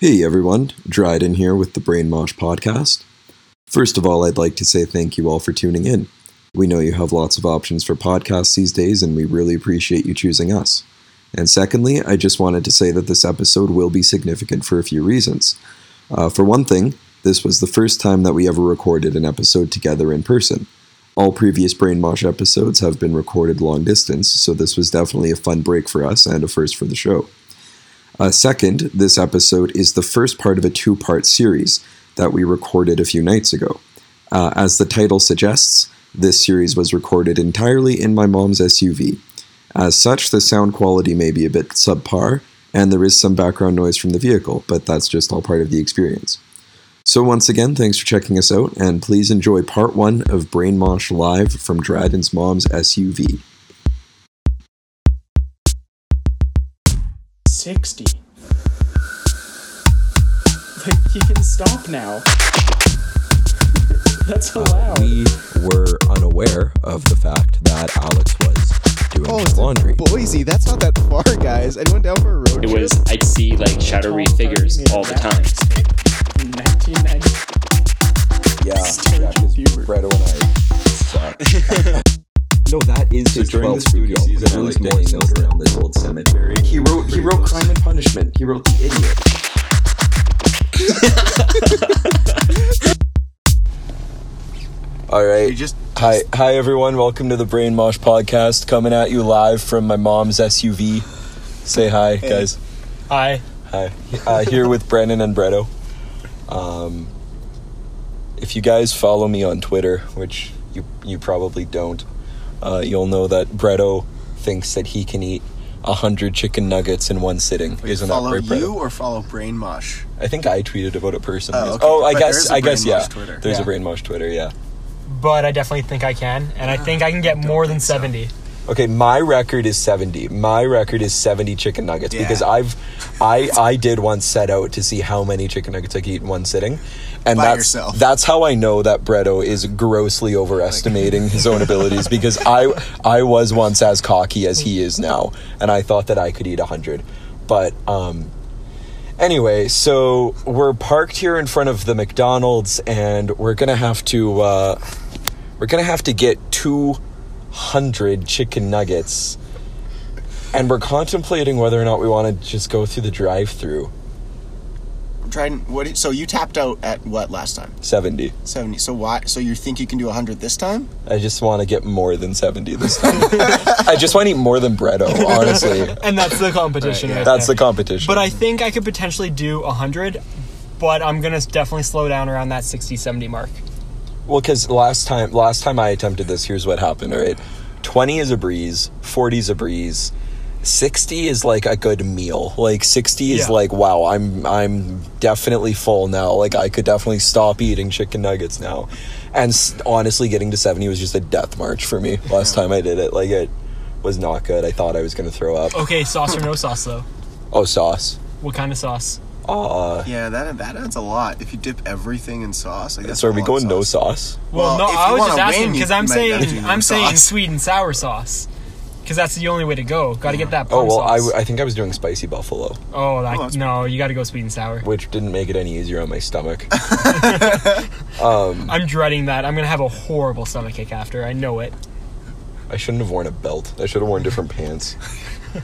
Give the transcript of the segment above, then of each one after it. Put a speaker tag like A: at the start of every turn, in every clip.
A: Hey everyone, Dryden here with the Brain Mosh podcast. First of all, I'd like to say thank you all for tuning in. We know you have lots of options for podcasts these days, and we really appreciate you choosing us. And secondly, I just wanted to say that this episode will be significant for a few reasons. Uh, for one thing, this was the first time that we ever recorded an episode together in person. All previous Brain Mosh episodes have been recorded long distance, so this was definitely a fun break for us and a first for the show. Uh, second, this episode is the first part of a two part series that we recorded a few nights ago. Uh, as the title suggests, this series was recorded entirely in my mom's SUV. As such, the sound quality may be a bit subpar, and there is some background noise from the vehicle, but that's just all part of the experience. So, once again, thanks for checking us out, and please enjoy part one of Brain Mosh Live from Dryden's mom's SUV.
B: 60. Like, you can stop now. That's allowed.
A: Uh, we were unaware of the fact that Alex was doing
C: Oh,
A: his
C: it's
A: laundry.
C: in Boise. That's not that far, guys. Anyone down for a road
D: It
C: trip?
D: was I'd see like shadowy
B: Tall
D: figures
B: thirty
D: all the
B: meter
D: time.
B: back in 1990.
A: yeah, yeah, 'cause Fredo and I suck. no, that is his
E: during
A: 12th
E: the spooky
A: studio.
E: season,
A: There
E: I
A: was
E: like
A: more
E: digging
A: notes
E: those
A: around this old cemetery. He wrote he wrote Crime and Punishment. He wrote The Idiot. All right. hi, hi everyone. Welcome to the Brain Mosh podcast, coming at you live from my mom's SUV. Say hi, guys.
F: Hi.
A: Hi. Uh, here with Brennan and Bretto. Um, if you guys follow me on Twitter, which you you probably don't, uh, you'll know that Bretto thinks that he can eat a hundred chicken nuggets in one sitting.
C: Wait,
A: Isn't
C: follow
A: that right, Bretto?
C: you or follow Brain Mosh?
A: I think I tweeted about it personally.
C: Oh,
A: Oh,
C: okay.
A: I
C: But there
A: guess
C: is a
A: I guess
C: Brainwash
A: yeah.
C: Twitter.
A: There's
F: Yeah.
A: a brainwash Twitter. Yeah.
F: But I definitely think I can, and I think I can get more than 70.
A: Okay, my record is 70. My record is 70 chicken nuggets
C: Yeah.
A: because I've I I did once set out to see how many chicken nuggets I could eat in one sitting. And
C: By
A: that's
C: yourself.
A: that's how I know that Bretto is grossly overestimating his own abilities because I I was once as cocky as he is now and I thought that I could eat 100. But um Anyway, so we're parked here in front of the McDonald's, and we're gonna have to uh, we're gonna have to get two hundred chicken nuggets, and we're contemplating whether or not we want to just go through the drive-through
C: Trying what? did- So you tapped out at what last time?
A: seventy.
C: Seventy. So why? So you think you can do hundred this time?
A: I just want to get more than seventy this time. I just want to eat more than Bretto. Honestly,
F: And that's the competition. right
A: that's the
F: there.
A: competition.
F: But I think I could potentially do 100, but I'm going to definitely slow down around that 60, 70 mark.
A: Well, because last time, last time I attempted this, here's what happened. All right, twenty is a breeze, forty is a breeze, sixty is like a good meal. Like sixty is
F: Yeah.
A: like wow, I'm I'm definitely full now. Like I could definitely stop eating chicken nuggets now. And s- honestly, getting to seventy was just a death march for me. Last time I did it, like it was not good. I thought I was gonna throw up.
F: Okay, sauce or no sauce, though?
A: Oh, sauce.
F: What kind of sauce?
A: Uh,
C: Yeah, that that adds a lot. If you dip everything in sauce, like that's.
A: so are
C: a
A: we
C: lot of
A: going no
C: sauce.
A: sauce?
C: Well,
F: Well, no,
C: if
F: I
C: you
F: was
C: wanna
F: just asking
C: win, you
F: because I'm
C: might
F: saying
C: have to do
F: I'm saying
C: sauce.
F: sweet and sour sauce because that's the only way to go. Got to get
A: Oh
F: that. plum
A: well, I,
F: sauce.
A: w- I think I was doing spicy buffalo,
F: oh, like,
C: that's-
F: no, you got to go sweet and sour.
A: which didn't make it any easier on my stomach.
F: I'm dreading that. I'm gonna have a horrible stomach ache after. I know it.
A: I shouldn't have worn a belt. I should have worn different pants.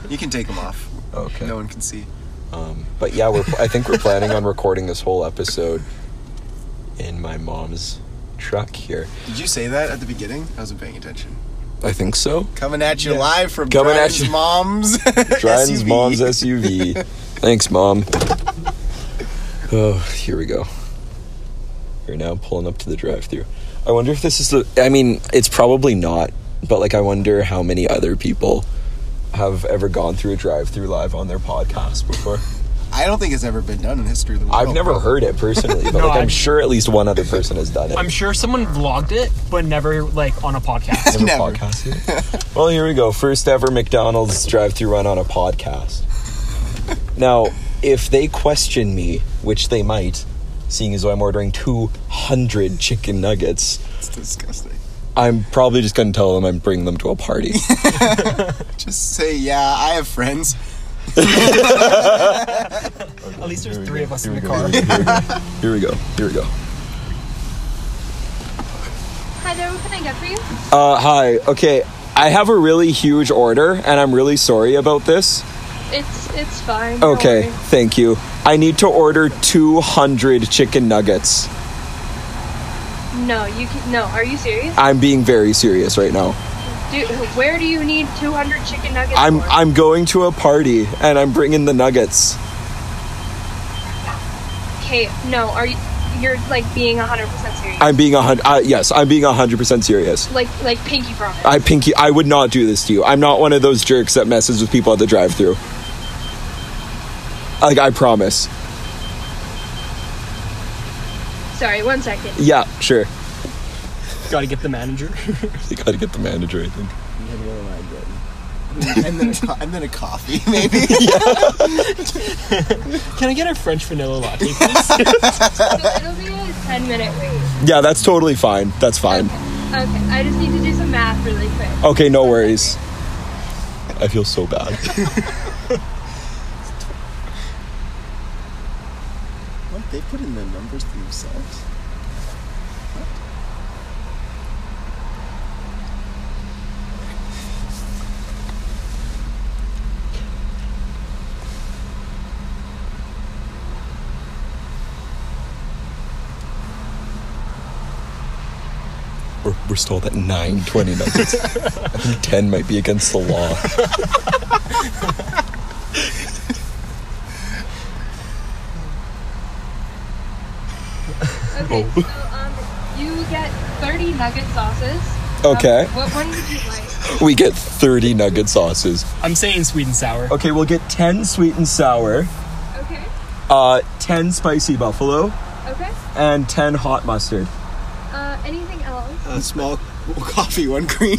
C: You can take them off.
A: Okay.
C: No one can see.
A: Um, But yeah, we're, I think we're planning on recording this whole episode in my mom's truck here.
C: Did you say that at the beginning? I wasn't paying attention.
A: I think so.
C: Coming at you live from
A: Coming at
C: Dryden's
A: you-
C: mom's
A: Dryden's
C: SUV.
A: mom's SUV. Thanks, mom. Oh, here we go. We're now pulling up to the drive-through. I wonder if this is the. I mean, it's probably not, but like, I wonder how many other people have ever gone through a drive-through live on their podcast before.
C: I don't think it's ever been done in history of the world.
A: I've never heard it personally, but
F: Oh, No,
A: like I'm,
F: I'm-
A: sure at least one other person has done it.
F: I'm sure someone vlogged it, but never like on a podcast.
A: Never
C: never.
A: podcasted it. well, here we go. First ever McDonald's drive-through run on a podcast. Now, if they question me, which they might, seeing as though I'm ordering 200 chicken nuggets,
C: It's disgusting.
A: I'm probably just going to tell them I'm bringing them to a party.
C: Just say yeah. I have friends.
F: At least there's three of us
G: Here
F: in
G: we
F: the
G: go.
F: car.
G: Here we go. Here we go. Here we go.
E: Hi there, what can I get for you?
G: Uh, hi. Okay, I have a really huge order, and I'm really sorry about this.
E: It's it's fine. don't
G: Okay,
E: worry.
G: thank you. I need to order 200 chicken nuggets.
E: No, you can, no. Are you serious?
G: I'm being very serious right now.
E: Do, where do you need 200 chicken nuggets?
G: I'm
E: for?
G: I'm going to a party, and I'm bringing the nuggets.
E: Okay, no. Are you? You're like being 100 percent serious.
G: I'm being a hundred. Uh, yes, I'm being a hundred percent serious.
E: like like pinky promise.
G: I pinky. I would not do this to you. I'm not one of those jerks that messes with people at the drive-through. Like I promise.
E: Sorry, one second.
G: Yeah, sure.
F: Gotta get the manager.
G: You gotta get the manager. I think.
C: and, then a co- and then a coffee, maybe.
F: Can I get a French vanilla latte, please?
E: So it'll be a 10 minute wait.
G: Yeah, that's totally fine. That's fine.
E: Okay, I just need to do some math really quick.
G: Okay, no worries. I feel so bad.
C: what? They put in the numbers themselves.
G: We're, we're stalled at nine twenty nuggets. I think ten might be against the law.
E: Okay,
G: Oh.
E: so um, you get 30 nugget sauces. Um,
G: Okay.
E: what one would you like?
G: We get thirty nugget sauces.
F: I'm saying sweet and sour.
G: Okay, we'll get ten sweet and sour,
E: Okay,
G: uh, ten spicy buffalo,
E: okay.
G: and ten hot mustard.
E: Uh, anything else?
C: A small coffee, one cream.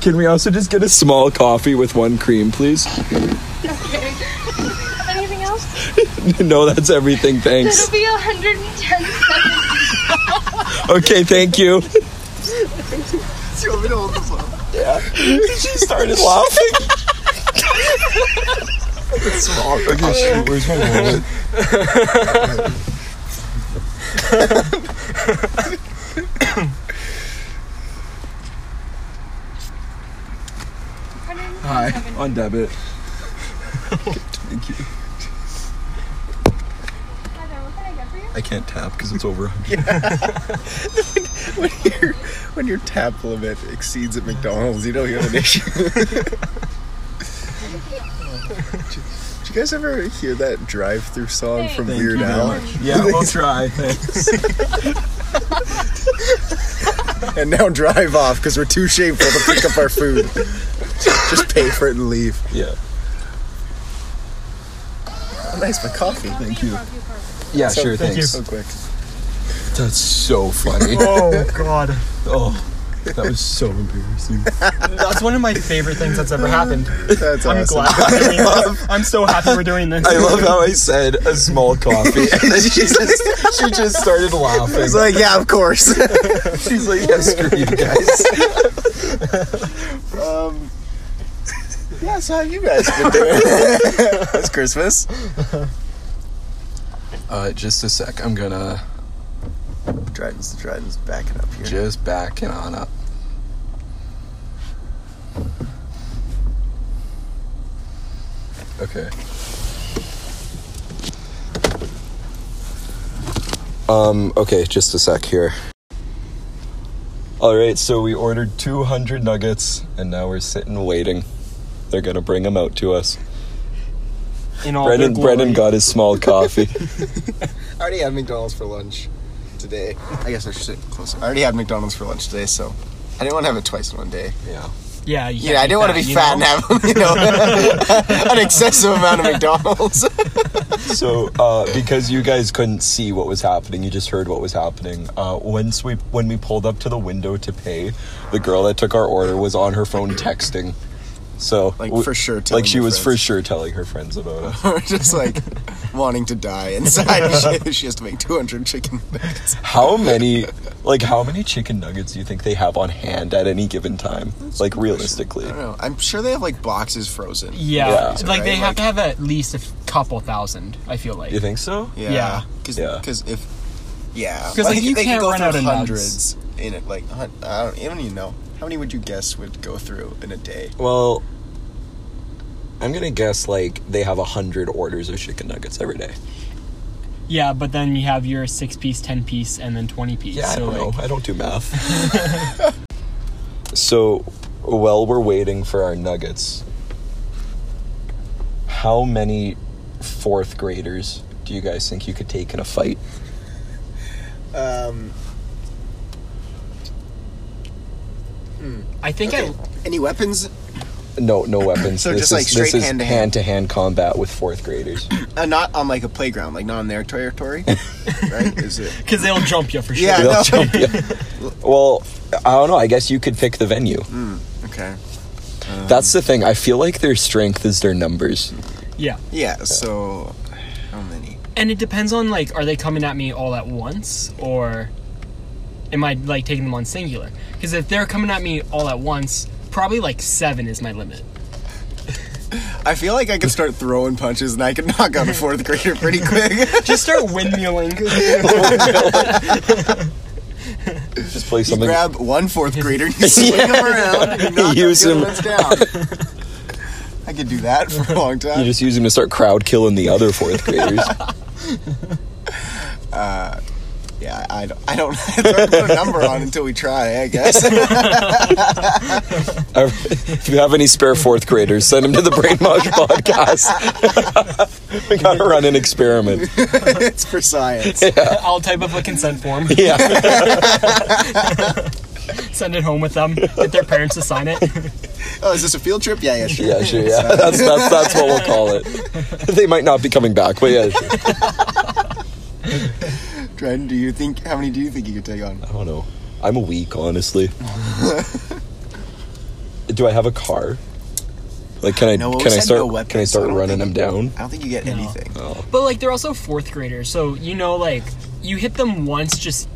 G: Can we also just get a small coffee with one cream, please?
E: Okay. anything else?
G: no, that's everything. Thanks.
E: It'll be 110 seconds.
G: Okay, thank you.
C: Do you want me to hold this up?
G: she started laughing. Okay, shoot, where's my wallet? Hi, on debit.
E: Hi there, what can I get for you?
G: I can't tap because it's over.
C: When your when your tap limit exceeds at McDonald's, you know you have an issue. Do you guys ever hear that drive-through song from
G: Thank
C: Weird
G: you very
C: Al?
G: much. Yeah, we'll try. Thanks.
C: And now drive off because we're too shameful to pick up our food. Just pay for it and leave.
G: Yeah.
C: Oh, nice, my coffee.
G: Thank you. Yeah,
C: So-
G: sure.
C: thank you.
G: Thanks.
C: So quick.
G: That's so funny.
F: Oh god.
G: oh, that was so embarrassing.
F: That's one of my favorite things that's ever happened.
C: That's
F: I'm
C: awesome.
F: glad. I mean, I'm so happy we're doing this.
G: I love how I said a small coffee, and then she just she just started laughing.
C: He's like, yeah, of course.
G: She's like, "Yeah, screw you guys."
C: um, yeah, so how you guys been doing this Christmas?
G: Uh, just a sec. I'm gonna
C: Dryden's Dryden's backing up here.
G: just back it on up. Okay. Um. Okay. Just a sec here. All right. So we ordered 200 nuggets, and now we're sitting waiting. They're gonna bring them out to us.
F: In all their
G: Brennan,
F: glory.
G: Brennan got his small coffee.
C: I already had McDonald's for lunch today. I guess I should sit closer. I already had McDonald's for lunch today, so I didn't want to have it twice in one day.
G: yeah.
F: Yeah, you
C: Yeah,
F: can't
C: I
F: beat
C: didn't want
F: that,
C: to be
F: you
C: fat
F: know?
C: and have you know an excessive amount of McDonald's.
G: So, uh, because you guys couldn't see what was happening, you just heard what was happening. Uh, once we when we pulled up to the window to pay, the girl that took our order was on her phone texting. So
C: Like,
G: we-
C: for sure telling
G: like she
C: her
G: was for
C: friends.
G: sure telling her friends about us.
C: We're just like wanting to die inside. she, she has to make 200 chicken nuggets.
G: How many, like, how many chicken nuggets do you think they have on hand at any given time? like, realistically,
C: I don't know. I'm sure they have like boxes frozen.
F: Yeah,
G: Yeah.
F: like
C: Right,
F: they have
C: like-
F: to have at least a f- couple thousand. I feel like
G: you think so?
C: Yeah.
F: Yeah.
C: Because
G: Yeah.
C: if yeah,
F: 'Cause, like, you
C: they could
F: can't
C: go
F: run
C: through
F: out of nugs.
C: hundreds in it. Like hun- I don't, I don't even know how many would you guess would go through in a day.
G: Well, I'm gonna guess like they have a hundred orders of chicken nuggets every day.
F: Yeah, but then you have your six piece, ten piece, and then twenty piece.
G: Yeah, I
F: so
G: don't
F: like,
G: know. I don't do math. so, while we're waiting for our nuggets, how many fourth graders do you guys think you could take in a fight?
C: Um,
F: I think I
C: any weapons?
G: No, no weapons.
C: So
G: this
C: just,
G: is
C: like, straight
G: this is
C: hand-to-hand.
G: hand to hand combat with fourth graders.
C: Uh, not on like a playground, like not on their territory, right? Is it?
F: because they'll jump you for sure.
C: Yeah.
G: They'll
C: no.
G: jump you. Well, I don't know. I guess you could pick the venue.
C: Mm. Okay.
G: That's the thing. I feel like their strength is their numbers.
F: yeah.
C: Yeah. So how many?
F: And it depends on like, are they coming at me all at once, or am I like taking them on singular? Because if they're coming at me all at once, probably like seven is my limit.
C: I feel like I could start throwing punches and I could knock out a fourth grader pretty quick.
F: Just start windmilling.
G: Just play
C: You
G: something.
C: grab one fourth grader, you swing him around, you knock
G: Use
C: Use him.
G: him.
C: down. I could do that for a long
G: you
C: time.
G: just use them to start crowd killing the other fourth graders.
C: yeah, I I don't. I don't. I don't put a number on until we try. I guess.
G: if you have any spare fourth graders, send them to the Brainwash podcast. we gotta run an experiment.
C: it's for science.
F: I'll type up a consent form,
G: Yeah,
F: send it home with them, get their parents to sign it.
C: Oh, is this a field trip? Yeah, yeah, sure.
G: yeah, sure, yeah. That's that's that's what we'll call it. They might not be coming back, but yeah. Sure.
C: Dryden, do you think? How many do you think you could take on?
G: I don't know. I'm weak, honestly. Do I have a car? Like, can I
C: No, well, we
G: can I
C: said
G: start
C: no weapons,
G: can I
C: so
G: start
C: don't
G: running them
C: think-
G: down?
C: I don't think you get anything.
F: But like they're also fourth graders, so you know, like you hit them once, just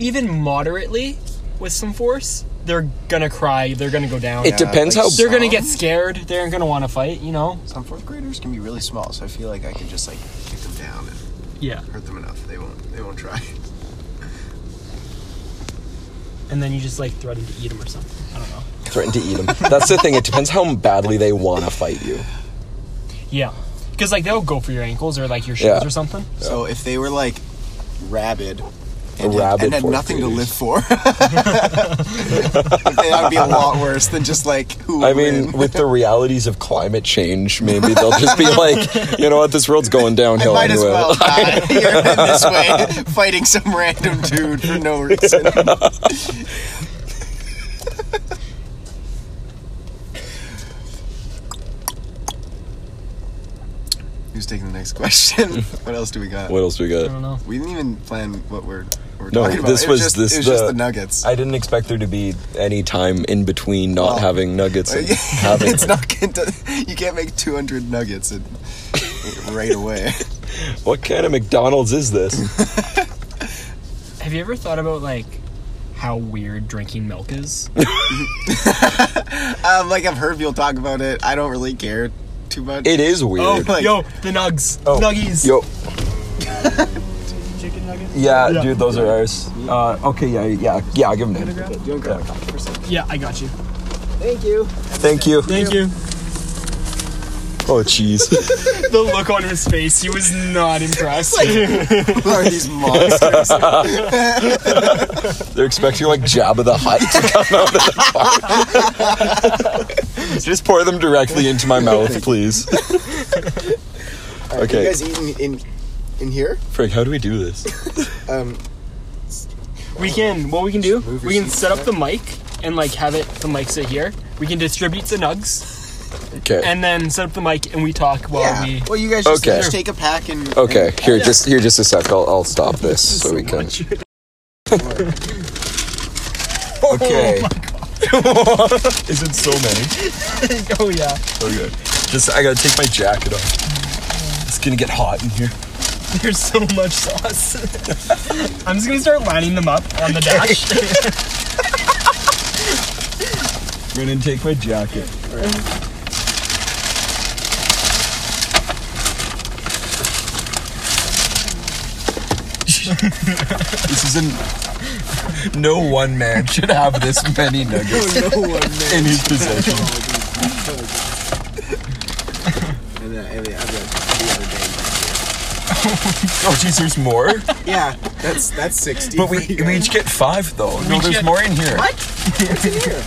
F: even moderately with some force, they're gonna cry. They're gonna go down.
G: It depends
C: like
G: how
F: they're gonna
C: some-
F: get scared. They're gonna want to fight. You know.
C: Some fourth graders can be really small, so I feel like I could just like kick them down and
F: Yeah.
C: hurt them enough. They won't. They won't try.
F: And then you just like threaten to eat them or something. I don't know.
G: threaten to eat them. That's the thing. It depends how badly they want to fight you.
F: Yeah. Because like they'll go for your ankles or like your shins
G: Yeah.
F: or something.
C: So if they were like rabid and,
G: rabid
C: and had
G: fourth
C: nothing
G: graders.
C: to live for, that would be a lot worse than just like who.
G: I
C: would
G: mean,
C: win.
G: with the realities of climate change, maybe they'll just be like, you know what, this world's going
C: I
G: downhill
C: might as
G: anyway.
C: well die here in this way, fighting some random dude for no reason. Who's taking the next question? what else do we got?
G: what else we
F: I don't
G: got?
F: know.
C: We didn't even plan what we're, we're
G: No,
C: talking about.
G: this
C: it
G: was
C: just,
G: this
C: it was
G: the,
C: just the nuggets.
G: I didn't expect there to be any time in between not
C: Oh.
G: having nuggets and having.
C: it's not going to. You can't make 200 nuggets in, right away.
G: What kind of McDonald's is this?
F: Have you ever thought about like how weird drinking milk is?
C: Um, like I've heard people talk about it. I don't really care too much.
G: It is weird.
F: oh,
C: Like-
F: yo, the nugs,
G: Oh,
F: nuggies.
G: Yo.
F: Chicken nuggets.
G: Yeah,
F: Yeah.
G: dude, those are ours. Uh, okay, yeah, yeah, yeah. Give them. that.
C: You don't grab my coffee for a second.
F: Yeah, I got you.
C: Thank you.
G: Thank you.
F: Thank you.
G: Oh, jeez.
F: The look on his face, he was not impressed.
C: Who are these monsters?
G: They're expecting like Jabba the Hutt to come out of the car. Just pour them directly into my mouth, please.
C: You
G: Okay,
C: guys eating in in here?
G: Frank, how do we do this?
C: Um,
F: We can. What we can do?
C: Move your
F: We can
C: seat
F: set up the mic and like have it. The mic sit here. We can distribute the nugs
G: Okay.
F: and then set up the mic and we talk while
C: yeah.
F: we.
C: Well, you guys just,
G: Okay.
C: just take a pack and.
G: Okay, here, just here, just a sec. I'll, I'll stop this so we can. Okay. Is it so many?
F: oh yeah.
G: Okay. Just I gotta take my jacket off. It's gonna get hot in here.
F: There's so much sauce. I'm just gonna start lining them up on the dash.
G: I'm gonna take my jacket. this is an. No one man should have this many
C: Oh,
G: nuggets in his possession.
C: And uh, then, and then, and then the other
G: Oh, geez, there's more.
C: day. Yeah, that's that's sixty.
G: But we,
C: for you
G: we
C: guys.
G: each get five though. No, there's
F: get-
G: more in here.
C: What's in here?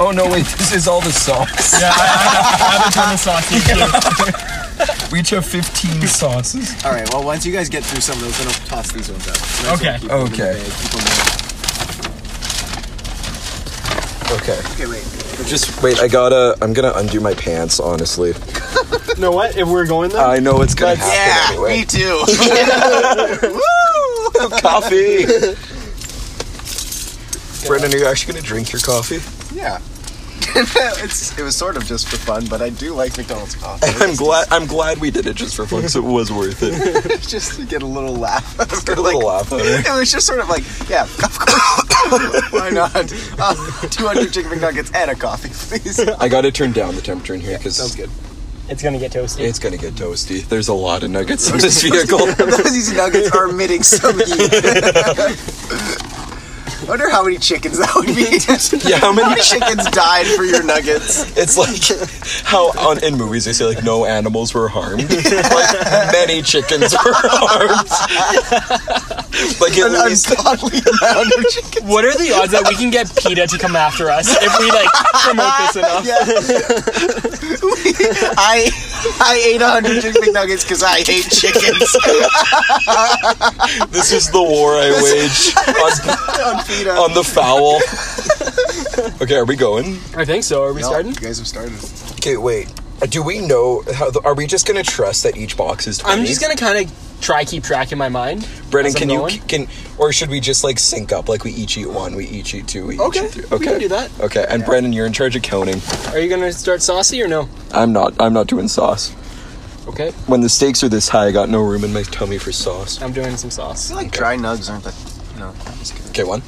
G: Oh no, wait, this is all the sauce.
F: yeah, I, I, have, I have a ton of sauce. each year.
G: We each have 15 sauces.
C: All right. Well, once you guys get through some of those, then I'll toss these ones out. Might as well
F: Okay.
C: keep them in the bag,
G: Okay.
C: keep them warm.
A: Okay.
C: Okay,
A: Just wait, I gotta. I'm gonna undo my pants, honestly.
H: You know what? If we're going there,
A: I know it's gonna happen anyway.
C: too.
A: Coffee! Brendan, are you actually gonna drink your coffee?
C: yeah. it's it was sort of just for fun, but I do like McDonald's coffee.
A: I'm glad. I'm glad we did it just for fun. 'cause it was worth it.
C: just to get a little laugh. After,
A: Get a little laugh out of it.
C: It was just sort of like, yeah, of course. Why not? Uh, 200 chicken McNuggets and a coffee, please.
A: I gotta turn down the temperature in here because
C: Sounds good.
F: It's gonna get toasty.
A: it's gonna get toasty. There's a lot of nuggets in this vehicle.
C: These nuggets are emitting some heat. Wonder how many chickens that would be.
A: yeah, how
C: How
A: many?
C: many chickens died for your nuggets?
A: It's like how on in movies they say like no animals were harmed. like many chickens were harmed. like at
C: An
A: least
C: ungodly amount of chickens.
F: What are the odds that we can get PETA to come after us if we like promote this enough?
C: Yeah. I I ate 100 chicken McNuggets because I hate chickens.
A: this is the war I wage
C: On pita.
A: on, on the fowl. Okay, are we going?
F: I think so. Are we
C: No,
F: starting?
C: You guys have started.
A: Okay, wait. Uh, Do we know how? The, are we just gonna trust that each box is? 20?
F: I'm just gonna kind of try keep track in my mind.
A: Brennan,
F: as I'm
A: can you
F: going.
A: can or should we just like sync up? Like we each eat one, we each eat two, we each
F: Okay,
A: eat three.
F: we can do that.
A: Okay, and Brendan, you're in charge of counting.
F: Are you gonna start saucy or no?
A: I'm not. I'm not doing sauce.
F: Okay,
A: When the stakes are this high, I got no room in my tummy for sauce.
F: I'm doing some sauce.
C: They're like dry nugs, aren't they? No.
A: Okay, one.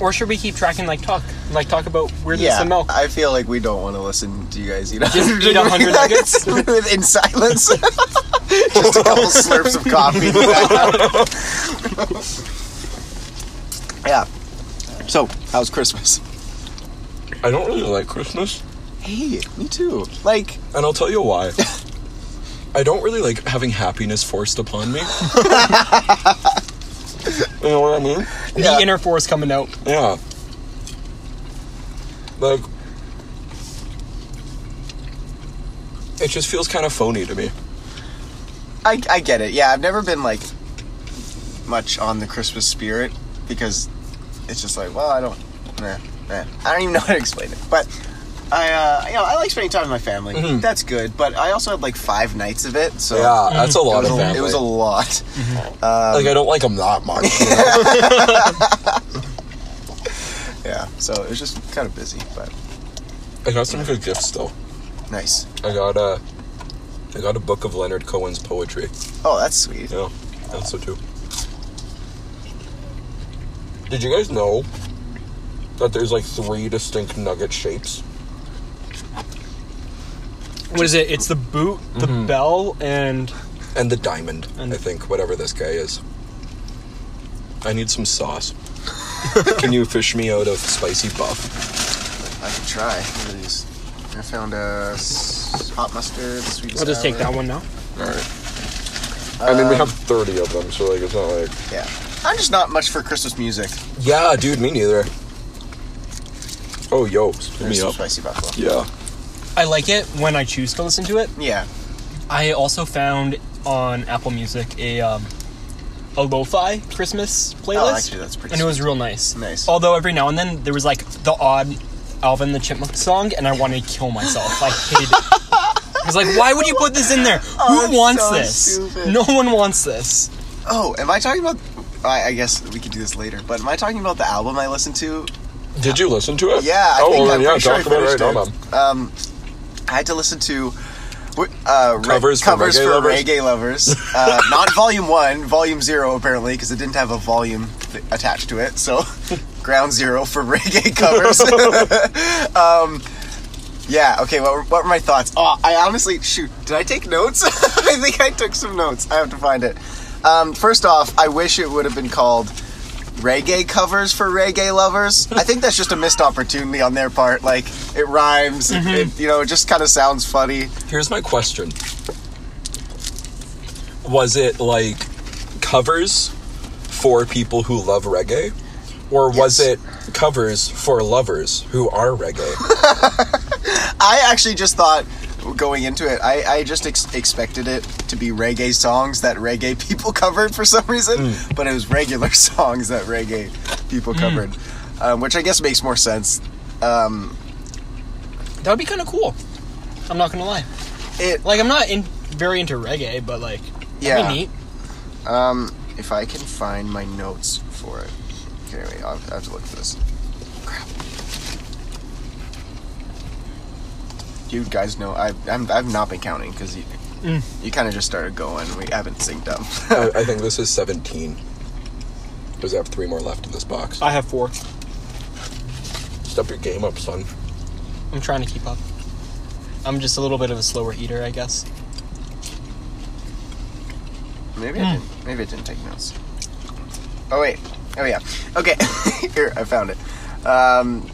F: Or should we keep tracking like talk, like talk about weirdness
C: Yeah, Uh,
F: and milk?
C: I feel like we don't want to listen to you guys eat
F: Just eat 100 nuggets?
C: with- in silence. Just a couple slurps of coffee. yeah. So, how's Christmas?
G: I don't really like Christmas,
C: Hey, me too. Like,
G: and I'll tell you why. I don't really like having happiness forced upon me. you know what I mean?
C: yeah.
F: The inner force coming out.
G: Yeah. Like, it just feels kind of phony to me.
C: I, I get it. Yeah, I've never been like much on the Christmas spirit because it's just like, well, I don't, nah, nah. I don't even know how to explain it. But I, uh, you know, I like spending time with my family. That's good. But I also had like five nights of it, so
G: Mm-hmm. Yeah, that's a
C: it,
G: lot
C: was
G: of
C: a,
G: family.
C: it was a lot.
G: Mm-hmm. like, I don't like them that much. you know?
C: Yeah, so it was just kind of busy, but
G: I got some good gifts though.
C: nice.
G: I got a, I got a book of Leonard Cohen's poetry.
C: Oh, that's sweet.
G: Yeah, that's so too. Did you guys know that there's like three distinct nugget shapes?
F: What is it? It's the boot, the
C: Mm-hmm.
F: bell, and
G: And the diamond,
F: And-
G: I think, whatever this guy is. I need some sauce. Can you fish me out of spicy buff?
C: I could try. Look at these. I found a s- hot mustard, sweet.
F: we'll just take that one now.
G: I mean, we have 30 of them, so like it's not like.
C: Yeah, I'm just not much for Christmas music.
G: Yeah, dude, me neither. Oh, yo, spin
C: There's
G: me
C: some
G: up.
C: spicy buffalo.
G: Yeah.
F: I like it when I choose to listen to it.
C: Yeah,
F: I also found on Apple Music a um, a lo-fi Christmas playlist.
C: Oh, actually, that's pretty
F: And it was real nice.
C: Nice.
F: Although every now and then there was like the odd Alvin the Chipmunk song, and I wanted to kill myself. I hated. it. I was like, why would you put this in there? Who
C: it's
F: wants
C: Oh, so
F: this?
C: stupid.
F: No one wants this.
C: Oh, am I talking about? I, I guess we could do this later. But am I talking about the album I listened to?
G: Did you listen to it?
C: Yeah, I
G: oh,
C: think
G: well,
C: I'm
G: yeah,
C: pretty sure I
G: talk about it right
C: finished it.
G: now,
C: Um, I had to listen to uh, re-
G: Covers for
C: covers
G: reggae
C: for
G: lovers?
C: reggae lovers. Uh, not volume one, volume zero apparently, because it didn't have a volume th- attached to it. So, ground zero for reggae covers. um, yeah. Okay. What were, what were my thoughts? Oh, I honestly shoot. Did I take notes? I think I took some notes. I have to find it. Um, first off, I wish it would have been called reggae covers for reggae lovers. I think that's just a missed opportunity on their part. Like it rhymes,
F: Mm-hmm.
C: it- it, you know, it just kind of sounds funny.
G: Here's my question. Was it like covers for people who love reggae? Or was
C: Yes.
G: it covers for lovers who are reggae?
C: I actually just thought going into it, I, I just ex- expected it to be reggae songs that reggae people covered for some reason,
F: Mm.
C: but it was regular songs that reggae people covered, um, which I guess makes more sense. Um,
F: That would be kind of cool. I'm not gonna lie.
C: it
F: Like, I'm not in very into reggae, but like, that'd
C: yeah.
F: be neat.
C: Um, if I can find my notes for it. Okay, wait, I'll I have to look for this. Crap. You guys know I I'm, I've not been counting because you you kind of just started going. We haven't synced up.
G: I, I think this is 17. Because I have three more left in this box.
H: I have four.
G: Step your game up, son.
F: I'm trying to keep up. I'm just a little bit of a slower eater, I guess.
C: Maybe I
G: Hmm.
C: didn't. Maybe I didn't take notes. Oh wait. Oh yeah. Okay. Here, I found it. Um,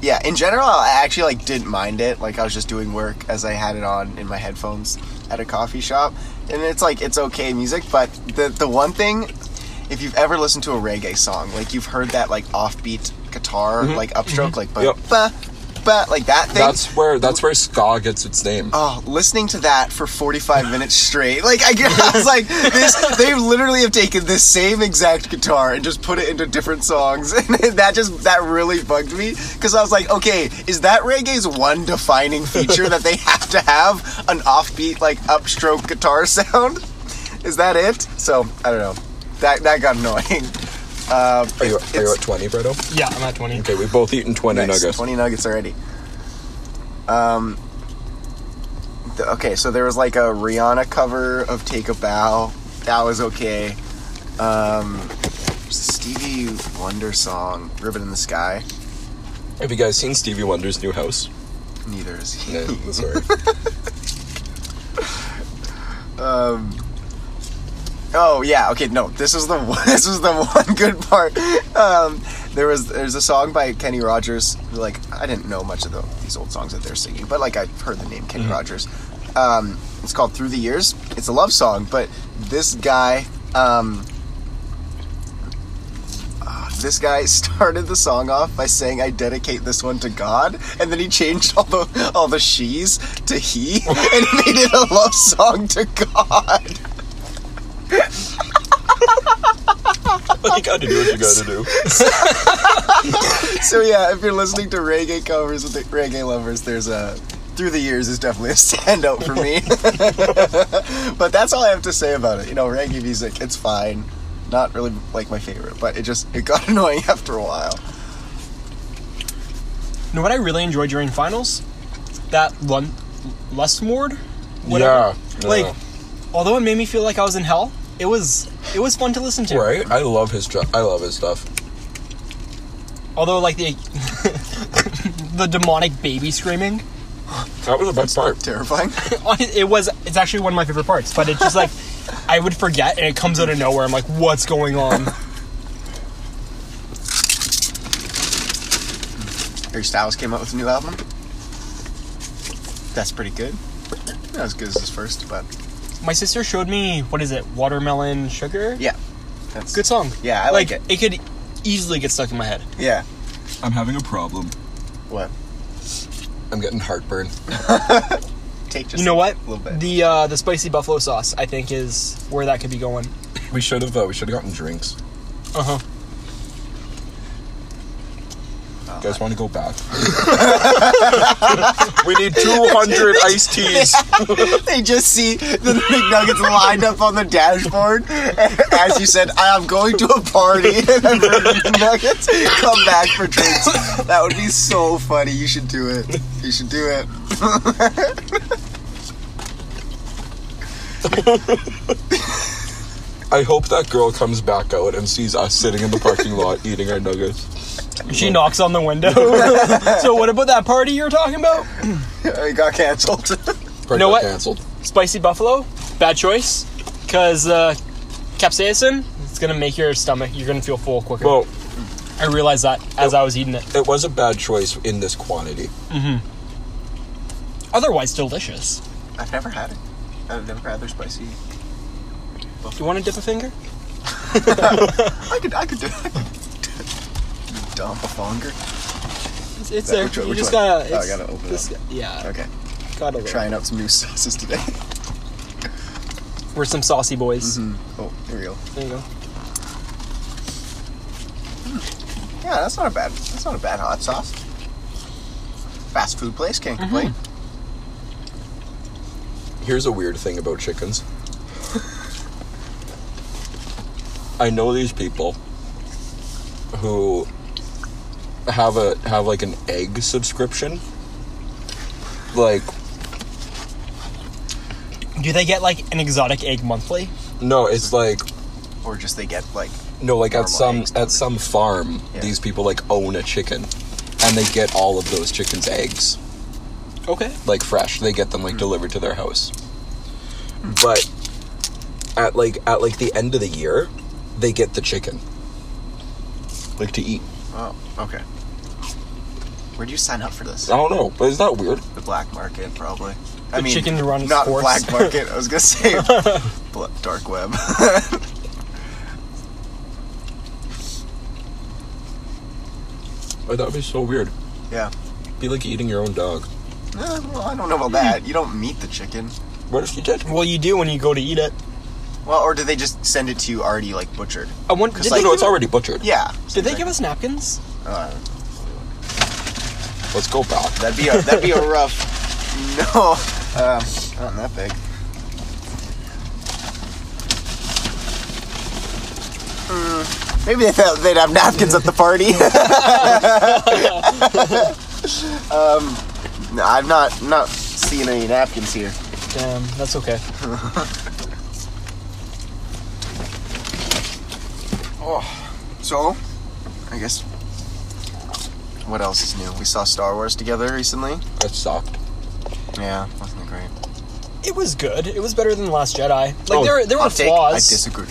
C: yeah. In general, I actually like didn't mind it. Like I was just doing work as I had it on in my headphones at a coffee shop, and it's like it's okay music. But the the one thing, if you've ever listened to a reggae song, like you've heard that like offbeat guitar, like upstroke, like ba
G: Mm-hmm.
C: ba
G: Yep.
C: ba, like that thing.
G: That's where that's where ska gets its name.
C: Oh, listening to that for 45 minutes straight. Like, I, I was like, this, they literally have taken this same exact guitar and just put it into different songs. And that just, that really bugged me. Because I was like, okay, is that reggae's one defining feature that they have to have an offbeat, like, upstroke guitar sound? Is that it? So, I don't know. That, that got annoying. Um,
G: Are you,
C: it-
G: are you
C: it's-
G: at 20, Bredo?
F: Yeah, I'm at 20.
G: Okay, we've both eaten 20
C: Nice,
G: nuggets.
C: 20 nuggets already. Um, th- okay, so there was like a Rihanna cover of Take a Bow. That was okay. Um, there's a Stevie Wonder song, Ribbon in the Sky.
G: Have you guys seen Stevie Wonder's new house?
C: Neither is he.
G: No, sorry.
C: Oh yeah, okay. No, this is the one, this is the one good part. Um, there was there's a song by Kenny Rogers. Like I didn't know much of the, these old songs that they're singing, but like I heard the name Kenny Rogers. Um, it's called Through the Years. It's a love song, but this guy, um, ah, this guy started the song off by saying I dedicate this one to God, and then he changed all the all the she's to he and made it a love song to God.
G: you gotta do what you gotta do.
C: So yeah, if you're listening to reggae covers with the reggae lovers, there's a through the years is definitely a standout for me. but that's all I have to say about it. You know, reggae music, it's fine. Not really like my favorite, but it just it got annoying after a while.
F: You know what I really enjoyed during finals? That Lun- Lustmord?
G: Yeah.
F: Whatever. Like, although it made me feel like I was in hell, it was it was fun to listen to.
G: Right? I love his stuff. I love his stuff.
F: Although like the the demonic baby screaming,
G: That was the best part.
C: Terrifying.
F: it was it's actually one of my favorite parts. But it's just like I would forget, and it comes out of nowhere. I'm like, what's going on?
C: Harry Styles came out with a new album. That's pretty good. Not as good as his first, but
F: my sister showed me what is it, watermelon sugar?
C: yeah. That's
F: Good song.
C: Yeah, I like
F: it. could easily get stuck in my head.
C: Yeah.
G: I'm having a problem.
C: What?
G: I'm getting heartburn.
C: Take just
F: You know what?
C: a little bit.
F: The uh, the spicy buffalo sauce, I think, is where that could be going.
G: We should
C: Uh-huh.
G: have uh, we should have gotten drinks.
F: Uh huh.
C: Oh,
G: guys want to go back? we need 200 iced teas.
C: they just see the McNuggets lined up on the dashboard. As you said, I'm going to a party and I'm McNuggets. Come back for drinks. That would be so funny. You should do it. You should do it.
G: I hope that girl comes back out and sees us sitting in the parking lot eating our nuggets.
F: She knocks on the window. so what about that party you were talking about?
C: It got canceled.
G: Party
F: know
G: got
F: what?
G: Canceled.
F: Spicy buffalo, bad choice, because uh, capsaicin it's gonna make your stomach. You're gonna feel full quicker.
G: Well,
F: I realized that as I was eating it.
G: it was a bad choice in this quantity.
F: Otherwise, delicious.
C: I've never had it. I've never had their spicy.
F: Do you want to dip a finger?
C: I could, I could do it. Dump a fonger.
F: It's, it's
C: That-
F: there.
C: which one-
F: you
C: which
F: just
C: one?
F: gotta.
C: Oh, I
F: it's-
C: gotta open it
F: this-
C: up.
F: Yeah,
C: Okay.
F: gotta. look.
C: Trying out some new sauces today.
F: We're some saucy boys.
C: Oh, here we go.
F: There you go.
C: Yeah, that's not a bad. That's not a bad hot sauce. Fast food place can't complain.
G: Here's a weird thing about chickens. I know these people who have a have like an egg subscription. Like
F: Do they get like an exotic egg monthly?
G: no, it's like
C: Or just they get like
G: no, like at
C: Normal
G: some
C: eggs,
G: at some farm,
C: Yeah.
G: these people like own a chicken and they get all of those chickens' eggs.
F: Okay.
G: like fresh. They get them like delivered to their house. But at like at like the end of the year, they get the chicken. Like to eat.
C: oh okay. Where do you sign up for this?
G: I don't know, but is that weird?
C: The black market probably. I
F: The chicken to run its
C: not
F: course.
C: black market. I was gonna say bl- dark web.
G: Oh, that would be so weird.
C: yeah.
G: Be like eating your own dog.
C: Eh, well, I don't know about that. You don't meet the chicken.
G: What if you did?
F: Well, you do when you go to eat it.
C: Well, or do they just send it to you already like butchered?
F: I wonder. Did
G: no,
F: they,
G: no,
F: give,
G: it's already butchered.
C: Yeah.
F: did they give us napkins?
C: Uh,
G: Let's go back.
C: that'd be a that'd be a rough. No, uh, not that big. Mm, Maybe they thought they'd have napkins at the party. um, Um, no, I've not not seen any napkins here.
F: Damn, that's okay.
C: Oh, So, I guess what else is new? We saw Star Wars together recently.
G: That sucked.
C: Yeah, wasn't it great?
F: It was good. It was better than the Last Jedi. Like there, there were
C: Oh, Hot take, I
F: flaws.
C: disagree.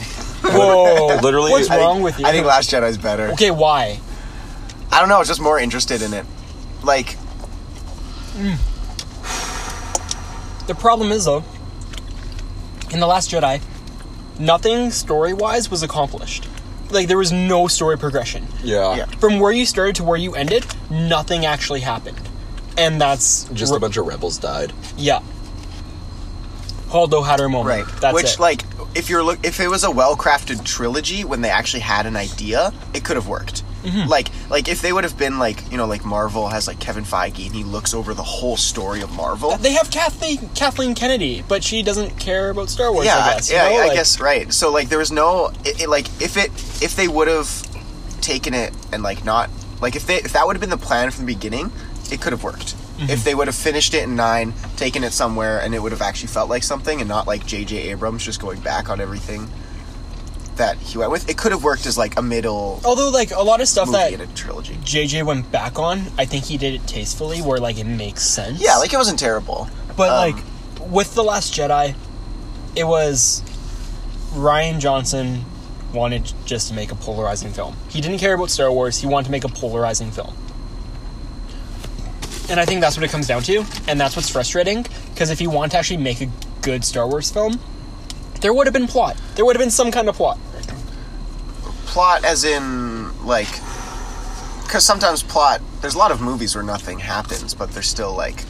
F: Whoa!
G: Literally-
F: Oh. what's
G: I think-
F: wrong with you?
C: I think Last Jedi's better.
F: okay, why?
C: I don't know. I was just more interested in it. Like,
F: The problem is though, in the Last Jedi, nothing story-wise was accomplished. Like there was no story progression
G: Yeah.
C: Yeah.
F: from where you started to where you ended. Nothing actually happened, and that's
G: Just
F: re-
G: a bunch of rebels died.
F: yeah. Holdo had her
C: right?
F: moment. That's
C: Which,
F: it.
C: like, if you're look, if it was a well-crafted trilogy when they actually had an idea, it could have worked.
F: Mm-hmm.
C: Like, like if they would have been like, you know, like Marvel has like Kevin Feige and he looks over the whole story of Marvel.
F: they have Kathleen Kathleen Kennedy, but she doesn't care about Star Wars.
C: yeah,
F: I guess, you
C: yeah,
F: know?
C: I
F: Like-
C: guess right. So like, there was no it, it, like if it if they would have taken it and like not like if they if that would have been the plan from the beginning, it could have worked.
F: Mm-hmm.
C: If they would have finished it in nine, taken it somewhere, and it would have actually felt like something, and not like J.J. Abrams just going back on everything that he went with, it could have worked as like a middle
F: Although, like a lot of stuff
C: movie
F: that
C: in a trilogy.
F: JJ went back on, I think he did it tastefully, where like it makes sense.
C: Yeah, like it wasn't terrible.
F: but
C: um,
F: like with the Last Jedi, it was Ryan Johnson wanted just to make a polarizing film. He didn't care about Star Wars. He wanted to make a polarizing film. And I think that's what it comes down to, and that's what's frustrating. Because if you want to actually make a good Star Wars film, there would have been plot. There would have been some kind of plot.
C: plot as in like because sometimes plot there's a lot of movies where nothing happens but there's still like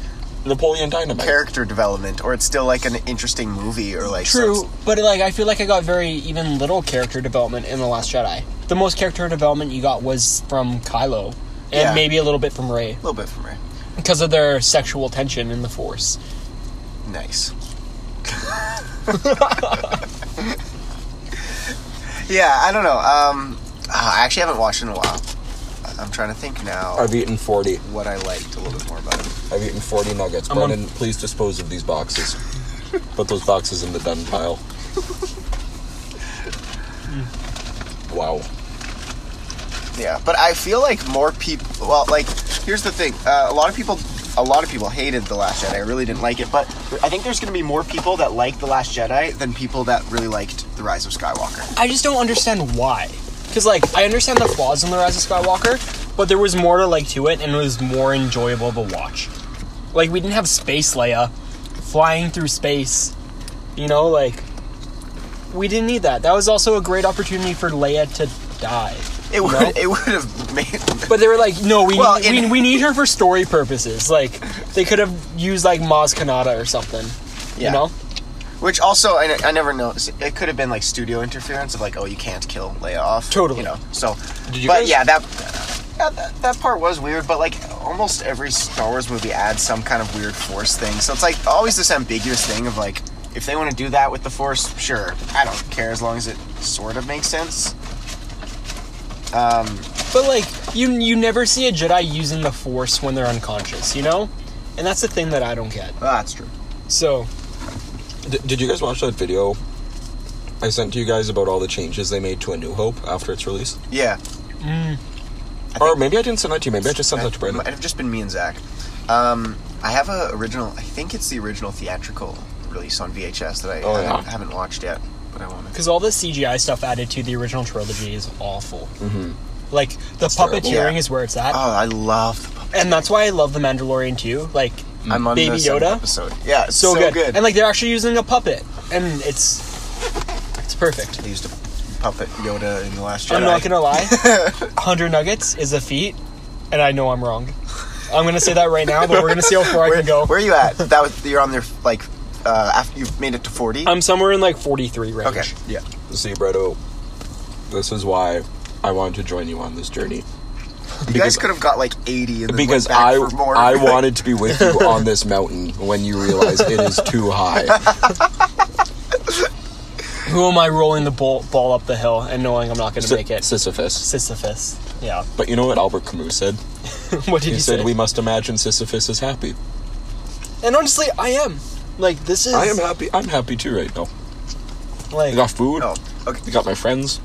G: Napoleon Dynamite.
C: character development or it's still like an interesting movie or like
F: True,
C: some-
F: but like I feel like I got very even little character development in the Last Jedi. The most character development you got was from Kylo
C: Yeah.
F: maybe a little bit from Ray
C: little bit from Ray.
F: because of their sexual tension in the Force.
C: Nice. yeah, I don't know. Um, ah, I actually haven't watched in a while. I- I'm trying to think now
G: I've eaten 40.
C: what I liked a little bit more about it.
G: I've eaten 40 nuggets.
F: I'm on-
G: Brendan, please dispose of these boxes. Put those boxes in the done pile. wow.
C: Yeah, but I feel like more people. Well, like here's the thing: uh, a lot of people, a lot of people hated the Last Jedi. I really didn't like it, but I think there's going to be more people that like the Last Jedi than people that really liked the Rise of Skywalker.
F: I just don't understand why. Because, like, I understand the flaws in The Rise of Skywalker, but there was more to like to it, and it was more enjoyable to watch. Like, we didn't have Space Leia flying through space. You know, like, we didn't need that. That was also a great opportunity for Leia to die.
C: It would,
F: No.
C: it would have made.
F: But they were like, no, we,
C: Well,
F: need,
C: in-
F: we, we need her for story purposes. Like, they could have used, like, Maz Kanata or something.
C: Yeah.
F: You know?
C: Which also, I, I never know. It could have been like studio interference of like, oh, you can't kill Leia off.
F: Totally.
C: You know. So,
G: Did you
C: but
G: guys-
C: yeah, that, yeah, that that part was weird. But like, almost every Star Wars movie adds some kind of weird Force thing. So it's like always this ambiguous thing of like, if they want to do that with the Force, sure, I don't care as long as it sort of makes sense.
F: But like you you never see a Jedi using the Force when they're unconscious, you know? And that's the thing that I don't get.
C: Well, Ah, that's true.
F: So
G: D- did you guys watch that video I sent to you guys about all the changes they made to A New Hope after its release?
C: Yeah.
G: Or maybe I didn't send that to you. Maybe I just sent that to
C: It might
G: Brendan.
C: have just been me and Zach. Um, I have a original. I think it's the original theatrical release on VHS that I,
G: Oh, yeah.
C: haven't, haven't watched yet, but I want to.
F: because all the CGI stuff added to the original trilogy is awful. Like the puppeteering
C: Mm-hmm. terrible.
F: is where it's at,
C: Oh, I love the puppet.
F: and that's why I love the Mandalorian too. Like
C: I'm on
F: Baby
C: the second
F: Yoda?
C: episode. Yeah, it's
F: so,
C: so,
F: good. and like they're actually using a puppet, and it's it's perfect.
C: they used a puppet Yoda in the last Jedi.
F: I'm not gonna lie, hundred nuggets is a feat, and I know I'm wrong. I'm gonna say that right now, but we're gonna see how far I
C: Where,
F: can go.
C: where are you at? That was you're on there like uh, after you've made it to forty.
F: I'm somewhere in like 43 range.
C: okay. Yeah.
G: See, Bretto, this is why I wanted to join you on this journey.
C: You guys could have got like eighty and then
G: because
C: went back
G: I
C: for more.
G: I wanted to be with you on this mountain when you realize it is too high.
F: Who am I rolling the ball, ball up the hill and knowing I'm not going to
G: Sy-
F: make it?
G: Sisyphus.
F: Sisyphus. Yeah.
G: But you know what Albert Camus said?
F: what did
G: He
F: you
G: said
F: say?
G: we must imagine Sisyphus is happy.
F: and honestly, I am. Like this is.
G: I am happy. I'm happy too right now. I
F: Like
G: got food.
C: Oh, okay.
G: I got my friends.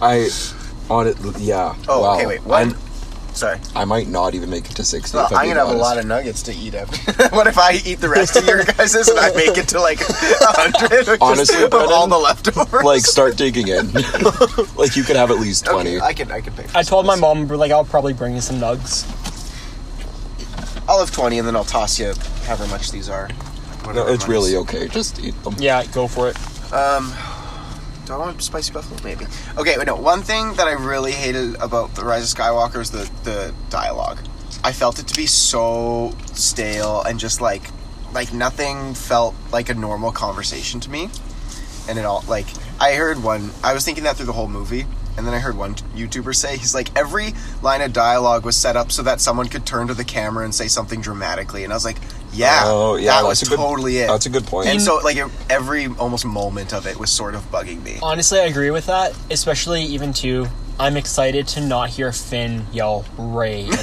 G: I on it. Yeah.
C: Oh,
G: wow.
C: okay. Wait. What?
G: I'm-
C: Sorry.
G: i might not even make it to sixty.
C: Well,
G: if
C: I'm
G: being
C: gonna have a
G: honest.
C: lot of nuggets to eat up. what if I eat the rest of your guys' and I make it to like hundred?
G: Honestly,
C: of all
G: Brennan,
C: the leftovers.
G: like start digging in. like you could have at least twenty.
C: Okay, I can I can pick.
F: I told my mom, like I'll probably bring you some nugs.
C: I'll have twenty, and then I'll toss you however much these are.
G: no,
C: Whatever
G: it's
C: mine
G: really
C: is.
G: okay. Just eat them.
F: Yeah, go for it.
C: Um, do I want spicy buffalo? Maybe. Okay, wait, no. One thing that I really hated about the Rise of Skywalker is the the dialogue. I felt it to be so stale and just like like nothing felt like a normal conversation to me. And it all like I heard one. I was thinking that through the whole movie. And then I heard one YouTuber say, he's like, every line of dialogue was set up so that someone could turn to the camera and say something dramatically. And I was like, yeah,
G: Oh, yeah.
C: that was
G: that's a good,
C: totally it.
G: That's a good point.
C: And so, like, it- every almost moment of it was sort of bugging me.
F: Honestly, I agree with that. Especially even to, I'm excited to not hear Finn yell Ray anymore.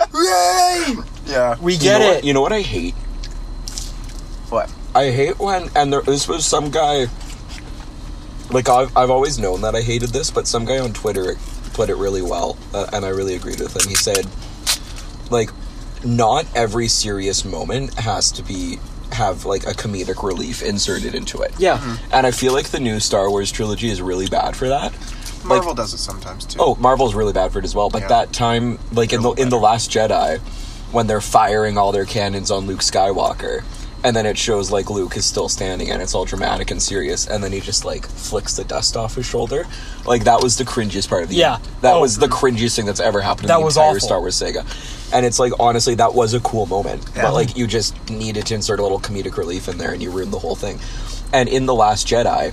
C: Yeah.
F: we
G: you
F: get
G: know
F: it.
G: What, you know what I hate?
C: What?
G: I hate when and there, this was some guy. Like I've, I've always known that I hated this, but some guy on Twitter put it really well, uh, and I really agreed with him. He said, like, not every serious moment has to be have like a comedic relief inserted into it.
F: yeah.
G: And I feel like the new Star Wars trilogy is really bad for that.
C: Marvel does it sometimes too.
G: Oh, Marvel's really bad for it as well. But
C: Yeah.
G: that time, like in the in the Last Jedi, when they're firing all their cannons on Luke Skywalker, and then it shows like Luke is still standing, and it's all dramatic and serious, and then he just like flicks the dust off his shoulder. Like that was the cringiest part of the
F: Yeah.
G: That
F: Oh.
G: was the cringiest thing that's ever happened. in
F: That
G: the
F: was
G: entire
F: awful.
G: Star Wars saga, and it's like honestly that was a cool moment,
C: Yeah.
G: but like you just needed to insert a little comedic relief in there, and you ruined the whole thing. and in the Last Jedi.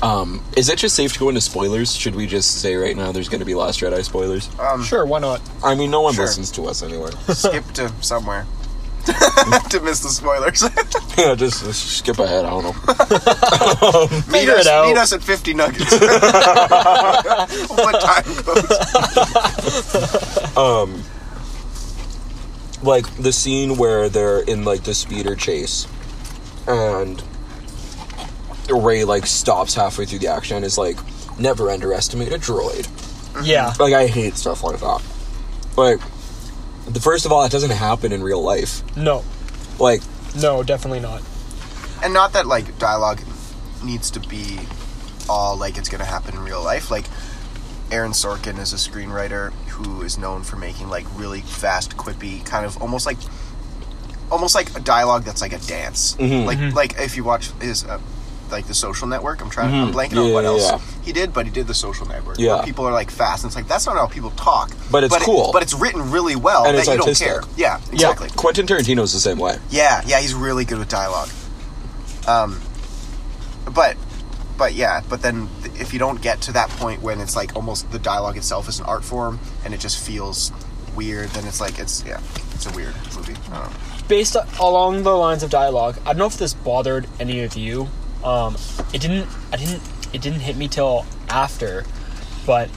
G: Um, is it just safe to go into spoilers? Should we just say right now there's going to be Last Jedi spoilers?
C: Um,
F: Sure, why not?
G: I mean, no one
C: Sure.
G: listens to us anyway.
C: skip to somewhere to miss the spoilers.
G: yeah, just, just skip ahead. I don't know.
C: meet
F: Figure
C: us,
F: it out.
C: Meet us at 50 nuggets. what time codes?
G: Like the scene where they're in like the speeder chase, and Ray like stops halfway through the action and is like, "Never underestimate a droid."
F: Yeah.
G: Like I hate stuff like that. Like, the first of all, that doesn't happen in real life.
F: No.
G: Like,
F: No, definitely not.
C: And not that like dialogue needs to be all like it's gonna happen in real life. Like Aaron Sorkin is a screenwriter who is known for making like really fast, quippy, kind of almost like almost like a dialogue that's like a dance.
G: Mm-hmm.
C: Like like if you watch his uh, like the Social Network. I'm trying. I'm blanking on
G: Yeah,
C: what
G: Mm-hmm. yeah,
C: else
G: yeah.
C: he did, but he did the Social Network.
G: Yeah.
C: where people are like fast. And it's like that's not how people talk.
G: But it's
C: it-
G: cool.
C: but it's written really well.
G: And
C: that
G: it's
C: you
G: artistic.
C: don't care. Yeah, exactly.
G: Quentin Tarantino's the same way.
C: Yeah, yeah, he's really good with dialogue. Um, but, but yeah, but then th- if you don't get to that point when it's like almost the dialogue itself is an art form and it just feels weird, then it's like it's yeah, it's a weird movie. I don't know.
F: based o- along the lines of dialogue, I don't know if this bothered any of you. Um, it didn't. I didn't. It didn't hit me till after, but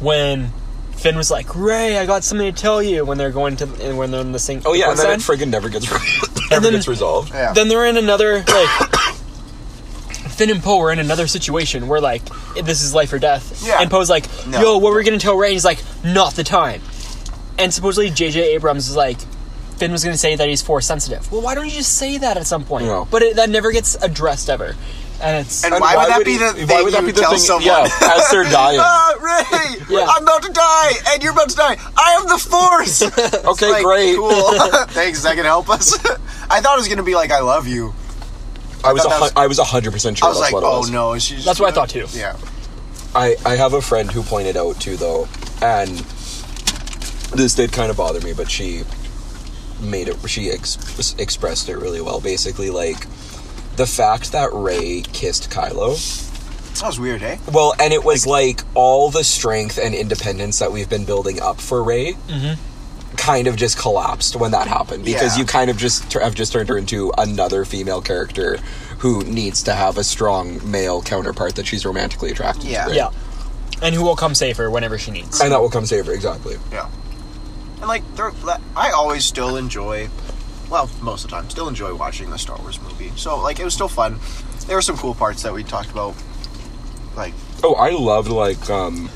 F: when Finn was like, "Ray, I got something to tell you," when they're going to and when they're in the sink.
G: Oh yeah, and
F: what's
G: then it
F: that?
G: friggin' never gets never
F: And then-
G: gets resolved.
C: Yeah.
F: then they're in another like. Finn and Poe are in another situation where like this is life or death,
C: Yeah.
F: and Poe's like,
C: No.
F: "Yo, what we're gonna tell Ray?" He's like, "Not the time." And supposedly J.J. Abrams is like, Finn was gonna say that he's force sensitive. Well, why don't you just say that at some point?
G: No.
F: But it, that never gets addressed ever, and it's
C: And why, would that be
G: he-
C: the thing you tell someone?
G: Yeah, as they're dying.
C: Ah, Ray!
F: Yeah.
C: I'm about to die, and you're about to die. I have the force. It's
G: okay,
C: like,
G: great.
C: Cool. Thanks. That can help us. I thought it was gonna be like I love you.
G: I was a
C: thought that
G: hun- I was hundred percent sure
C: I was
G: that's
C: like,
G: what it
C: oh
G: was.
C: no, she's.
F: That's what I thought, too.
C: Yeah.
G: I I have a friend who pointed out too though, and this did kind of bother me, but she made it. She ex- expressed it really well. Basically, like the fact that Ray kissed Kylo.
C: That was weird, eh?
G: Well, and it was like all the strength and independence that we've been building up for Ray kind of just collapsed when that happened because
C: Mm-hmm. Yeah.
G: you kind of just tur- have just turned her into another female character who needs to have a strong male counterpart that she's romantically attracted
C: Yeah.
G: to. Right?
F: yeah, and who will come save her whenever she needs?
G: And that will come save her, exactly.
C: Yeah. And like, there, like, I always still enjoy, well, most of the time, still enjoy watching the Star Wars movie. So like, it was still fun. There were some cool parts that we talked about. Like,
G: Oh, I loved like um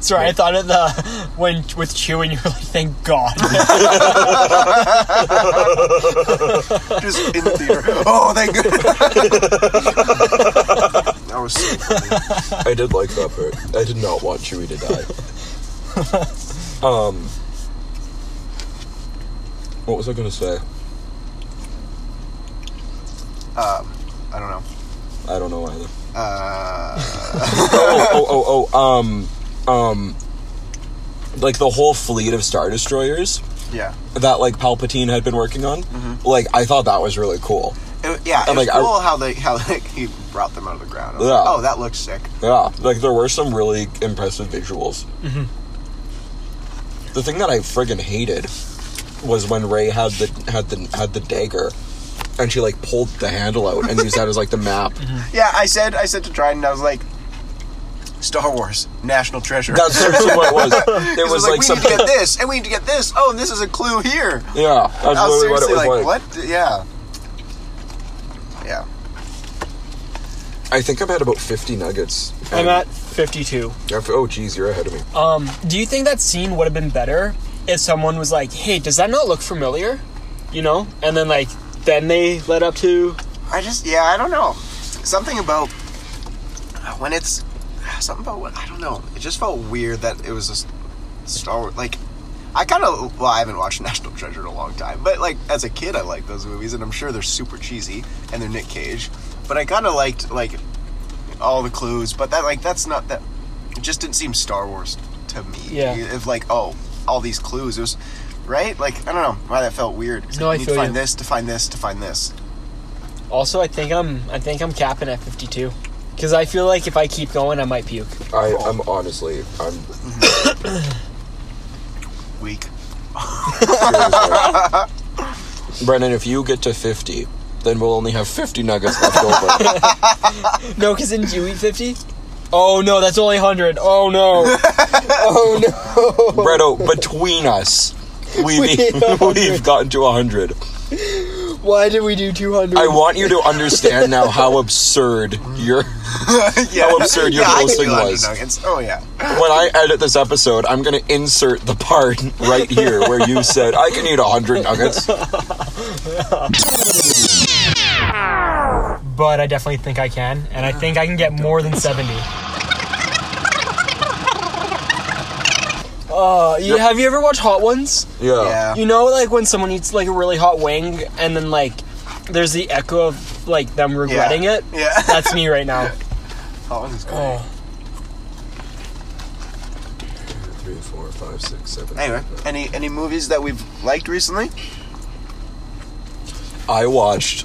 F: Sorry, I thought of the when with Chewie, and you were like, "Thank God."
C: just in the theater. Oh, thank God. that was so funny.
G: I did like that part. I did not want Chewie to die. um What was I gonna say?
C: Um, I don't know.
G: I don't know either.
C: Uh,
G: oh, oh, oh, oh, um, um, like the whole fleet of star destroyers
C: yeah.
G: that like Palpatine had been working on. Like, I thought that was really cool.
C: It, yeah, it
G: And,
C: was
G: like, I-
C: cool how they how like, he brought them out of the ground. I was
G: Yeah.
C: like, oh, that looks sick.
G: Yeah, like there were some really impressive visuals.
C: Mm-hmm.
G: The thing that I friggin' hated was when Ray had the had the had the dagger. And she like pulled the handle out and used that as like the map.
C: Yeah, I said I said to Dryden, I was like, Star Wars, National Treasure.
G: That's seriously what it was. It
C: It
G: was
C: was
G: like
C: we need to
G: something.
C: get this, and we need to get this. Oh, and this is a clue here.
G: Yeah, that's
C: I was
G: literally what it
C: seriously
G: was
C: like,
G: like.
C: what? Yeah, yeah.
G: I think I'm at about fifty nuggets.
F: I'm
G: and-
F: at fifty-two.
G: I f- Oh, geez, you're ahead of me.
F: Um, do you think that scene would have been better if someone was like, "Hey, does that not look familiar?" You know, and then like then they led up to
C: I just, yeah, I don't know. Something about when it's something about what I don't know. It just felt weird that it was a s- Star Wars. Like, I kind of well, I haven't watched National Treasure in a long time, but like as a kid, I liked those movies, and I'm sure they're super cheesy and they're Nick Cage. But I kind of liked like all the clues, but that like that's not that. It just didn't seem Star Wars to me.
F: Yeah.
C: If like oh, all these clues, it was right. Like I don't know why that felt weird. It's
F: No,
C: like,
F: I
C: you need
F: feel
C: to find
F: you.
C: this to find this to find this.
F: Also, I think I'm I think I'm capping at 52 because I feel like if I keep going, I might puke.
G: I,
C: Oh.
G: I'm honestly, I'm
C: Weak.
G: Brennan. If you get to fifty, then we'll only have fifty nuggets left over.
F: No, because didn't you eat 50? Oh no, that's only 100. Oh no.
G: Bretto, oh, between us, we've we've gotten to hundred.
F: Why did we do 200?
G: I want you to understand now how absurd your
C: yeah.
G: How absurd your
C: yeah, I can
G: posting
C: do Lander
G: was.
C: Nuggets. Oh yeah.
G: when I edit this episode, I'm gonna insert the part right here where you said I can eat hundred nuggets.
F: but I definitely think I can, and I think I can get more than 70. Uh, you, have you ever watched Hot Ones?
C: Yeah.
F: You know, like when someone eats like a really hot wing, and then like there's the echo of like them regretting it.
C: Yeah.
F: That's me right now.
C: That
F: Oh,
C: one Oh, is great.
G: Three, four, five, six, seven.
C: Anyway, any any movies that we've liked recently?
G: I watched.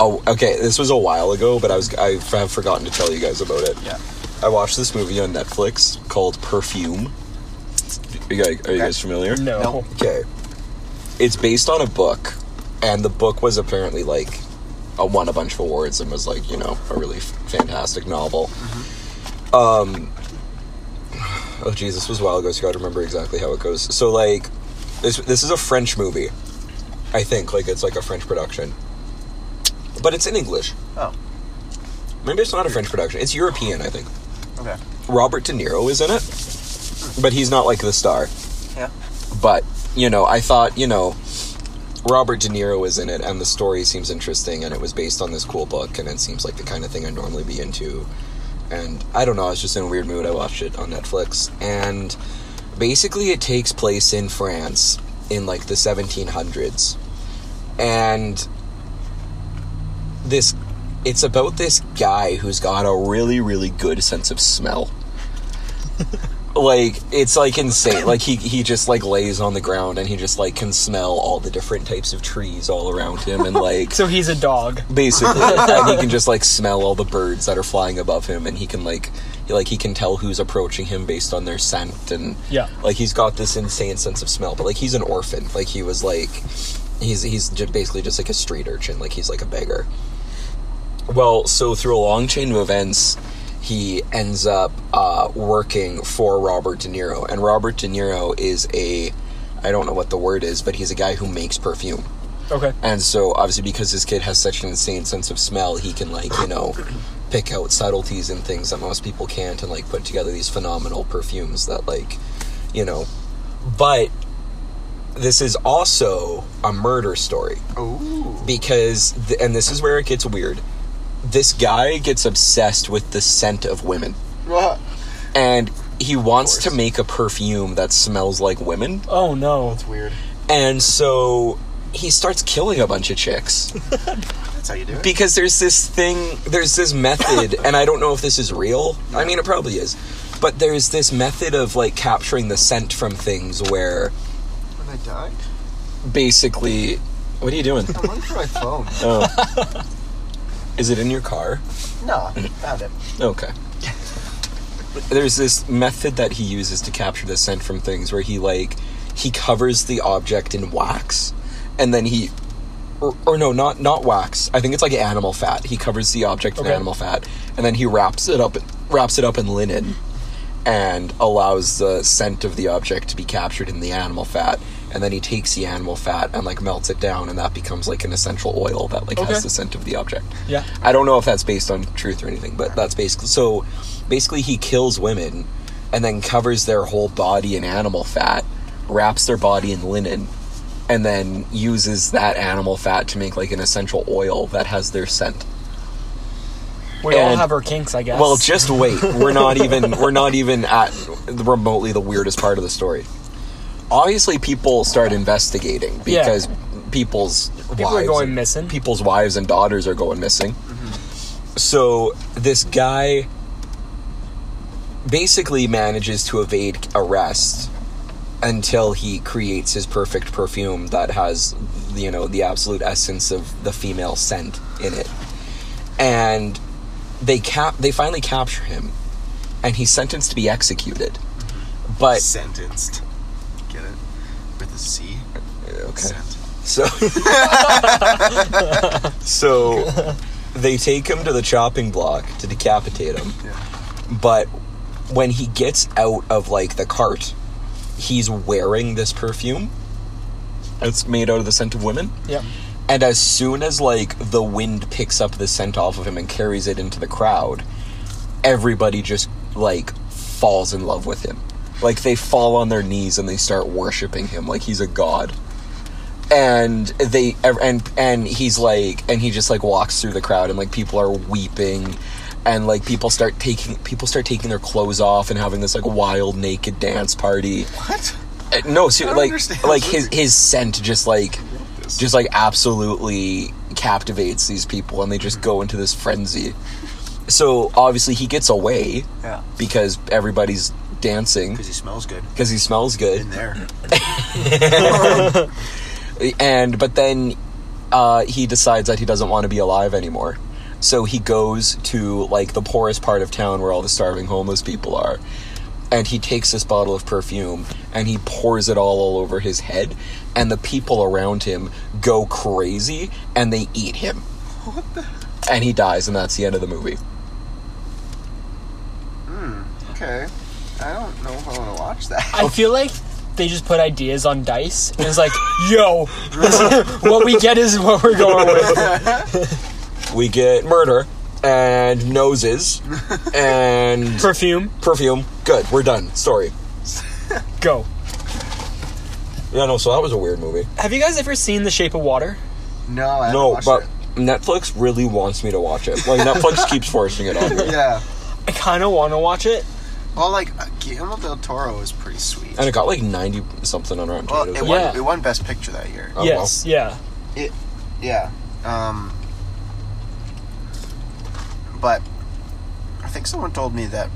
G: Oh, okay. This was a while ago, but I was I have forgotten to tell you guys about it.
C: Yeah.
G: I watched this movie on Netflix called Perfume. Are you guys, are you guys familiar?
F: No.
G: Okay. It's based on a book, and the book was apparently like uh, won a bunch of awards and was like you know a really f- fantastic novel. Um. Oh Jesus, this was a while ago, so I gotta remember exactly how it goes. So like, this this is a French movie, I think. Like it's like a French production, but it's in English.
C: Oh.
G: Maybe it's not a French production. It's European, I think.
C: Okay.
G: Robert De Niro is in it, but he's not like the star.
C: Yeah.
G: But, you know, I thought, you know, Robert De Niro is in it and the story seems interesting and it was based on this cool book and it seems like the kind of thing I'd normally be into. And I don't know, I was just in a weird mood. I watched it on Netflix and basically it takes place in France in like the 1700s. And this it's about this guy who's got a really really good sense of smell like it's like insane like he he just like lays on the ground and he just like can smell all the different types of trees all around him and like
F: So he's a dog.
G: basically and he can just like smell all the birds that are flying above him and he can like he, like he can tell who's approaching him based on their scent and
F: Yeah.
G: like he's got this insane sense of smell but like he's an orphan like he was like he's he's j- basically just like a street urchin like he's like a beggar well so through a long chain of events he ends up uh, working for robert de niro and robert de niro is a i don't know what the word is but he's a guy who makes perfume
F: Okay.
G: and so, obviously, because this kid has such an insane sense of smell, he can, like, you know, pick out subtleties and things that most people can't and, like, put together these phenomenal perfumes that, like, you know. But this is also a murder story. Because, th- and this is where it gets weird, this guy gets obsessed with the scent of women.
C: What?
G: And he wants to make a perfume that smells like women.
F: Oh no.
C: Weird.
G: And so he starts killing a bunch of chicks.
C: That's how you do it.
G: because there's this thing, there's this method, and I don't know if this is real. I mean, it probably is, but there's this method of like capturing the scent from things where
C: when I died,
G: basically, what are you doing?
C: I'm looking for my phone.
G: is it in your car?
C: No, not it.
G: Okay. There's this method that he uses to capture the scent from things where he like he covers the object in wax and then he or, or no, not not wax. I think it's like animal fat. He covers the object in
F: Okay.
G: animal fat and then he wraps it up wraps it up in linen and allows the scent of the object to be captured in the animal fat and then he takes the animal fat and like melts it down and that becomes like an essential oil that like
F: Okay.
G: has the scent of the object.
F: Yeah.
G: I don't know if that's based on truth or anything, but that's basically so. Basically, he kills women and then covers their whole body in animal fat, wraps their body in linen, and then uses that animal fat to make like an essential oil that has their scent.
F: We all
G: And-
F: have our kinks, I guess.
G: Well, just wait. We're not even we're not even at the- remotely the weirdest part of the story. Obviously, people start investigating
F: Yeah.
G: because people's
F: People are
G: wives
F: going
G: and-
F: missing.
G: People's wives and daughters are going missing. So this guy basically manages to evade arrest until he creates his perfect perfume that has you know the absolute essence of the female scent in it and they cap they finally capture him, and he's sentenced to be executed. But
C: Sentenced. Get it? With a C.
G: okay,
C: Sent.
G: so so they take him to the chopping block to decapitate him.
C: Yeah.
G: But when he gets out of like the cart, he's wearing this perfume. It's made out of the scent of women.
F: Yeah.
G: And as soon as like the wind picks up the scent off of him and carries it into the crowd, everybody just like falls in love with him. Like they fall on their knees and they start worshiping him like he's a god. And they and and he's like and he just like walks through the crowd and like people are weeping and like people start taking people start taking their clothes off and having this like wild naked dance party.
C: What?
G: Uh, no, so,
C: I don't
G: like
C: understand.
G: like his his scent just like
C: this.
G: just like absolutely captivates these people and they just go into this frenzy. So obviously he gets away
C: Yeah.
G: because everybody's dancing
C: Because he smells good.
G: because he smells good
C: In there.
G: and but then uh, he decides that he doesn't want to be alive anymore. So he goes to like the poorest part of town where all the starving homeless people are. And he takes this bottle of perfume and he pours it all, all over his head. And the people around him go crazy and they eat him. What the? And he dies, and that's the end of the movie.
C: Okay. I don't know if I want to watch that.
F: I feel like they just put ideas on dice and it's like, yo, this is- what we get is what we're going with.
G: We get murder and noses and
F: Perfume,
G: perfume. Good, we're done. Story.
F: go.
G: Yeah, no, so that was a weird movie.
F: Have you guys ever seen The Shape of Water?
C: No, I haven't
G: No,
C: watched
G: but
C: it.
G: Netflix really wants me to watch it. Like Netflix keeps forcing it on me,
C: Yeah.
F: I kind of want to watch it.
C: Well, like, uh, Guillermo del Toro is pretty sweet.
G: and it got like ninety something on Rotten
C: Well, it
G: Tomatoes. like,
C: won,
F: Yeah.
C: it won Best Picture that year.
G: oh,
F: yes, yeah.
C: Yeah. Um, but I think someone told me that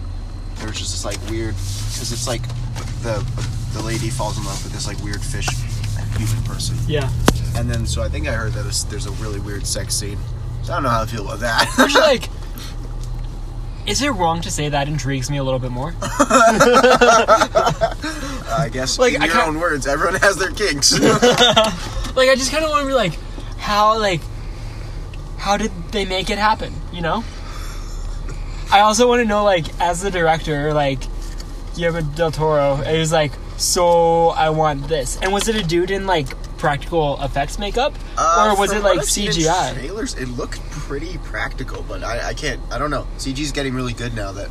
C: there was just this like weird because it's like the the lady falls in love with this like weird fish human person,
F: Yeah.
C: and then so I think I heard that it's, there's a really weird sex scene. So I don't know how I feel about that.
F: Which, like, is it wrong to say that intrigues me a little bit more?
C: I guess
F: Like,
C: in
F: I
C: your
F: can't-
C: own words, everyone has their kinks.
F: Like, I just kind of want to be like, how, like, how did they make it happen, you know? I also want to know, like, as the director, like, Guillermo del Toro, it was like, so I want this. And was it a dude in, like, practical effects makeup?
C: Uh,
F: or was
C: from
F: it,
C: what
F: like,
C: I've seen in
F: CGI?
C: Trailers. It looked pretty practical, but I, I can't. I don't know. CG's getting really good now that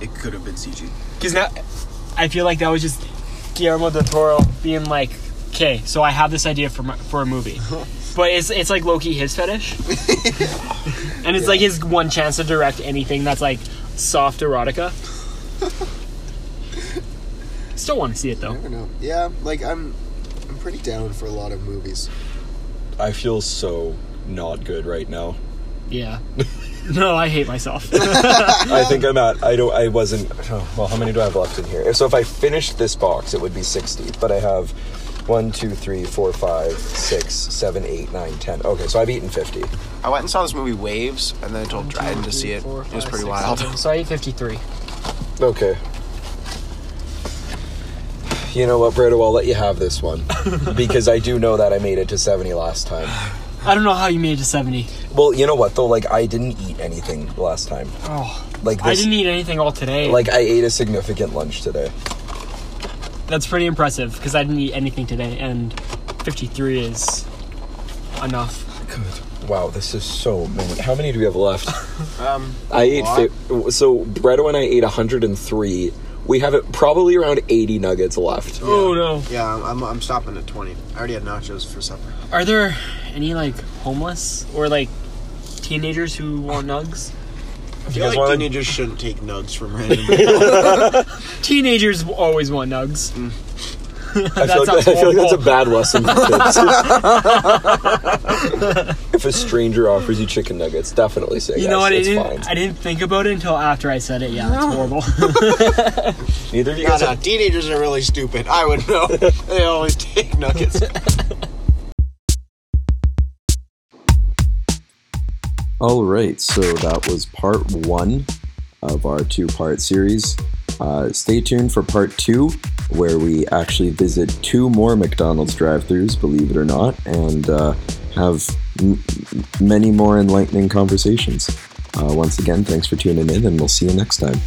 C: it could have been CG.
F: Because now, I feel like that was just Guillermo del Toro being like, okay, so I have this idea for, my, for a movie. But it's, it's like Loki, his fetish. and it's like his one chance to direct anything that's like soft erotica. Still want to see it though.
C: don't know. Yeah, like I'm, I'm pretty down for a lot of movies.
G: I feel so not good right now.
F: Yeah. No, I hate myself.
G: I think I'm at. I don't. I wasn't. Oh, well, how many do I have left in here? So if I finished this box, it would be sixty. But I have one, two, three, four, five, six, seven, eight, nine, ten. Okay, so I've eaten fifty.
C: I went and saw this movie Waves, and then I told Dryden to see it. it was pretty wild.
F: So I ate 53.
G: Okay. You know what, Brito? I'll let you have this one because I do know that I made it to seventy last time.
F: I don't know how you made it to 70.
G: Well, you know what though? Like I didn't eat anything last time.
F: Oh,
G: Like
F: I
G: this.
F: didn't eat anything all today.
G: like I ate a significant lunch today.
F: That's pretty impressive because I didn't eat anything today, and 53 is enough.
G: Good. Wow, this is so many. How many do we have left?
C: Um,
G: I ate
C: lot.
G: fi- so Bredo and I ate 103. We have it probably around 80 nuggets left.
F: Oh no.
C: yeah, I'm, I'm, I'm stopping at 20. I already had nachos for supper.
F: Are there any like homeless or like teenagers who want nugs?
C: I feel like
G: guys wanna-
C: teenagers shouldn't take nugs from random people.
F: Teenagers w- always want nugs.
G: I, feel
F: That
G: like,
F: sounds
G: I feel like that's a
F: horrible.
G: bad lesson for kids. if a stranger offers you chicken nuggets, definitely say
F: You
G: yes.
F: know what? I
G: It's
F: didn't.
G: fine.
F: I didn't think about it until after I said it. Yeah, it's horrible.
G: Neither of you
C: no,
G: guys.
C: no,
G: Have-
C: teenagers are really stupid. I would know. they always take nuggets.
A: All All right, so that was part one of our two part series. Uh, stay tuned for part two, where we actually visit two more McDonald's drive throughs, believe it or not, and uh, have m- many more enlightening conversations. Uh, once again, thanks for tuning in, and we'll see you next time.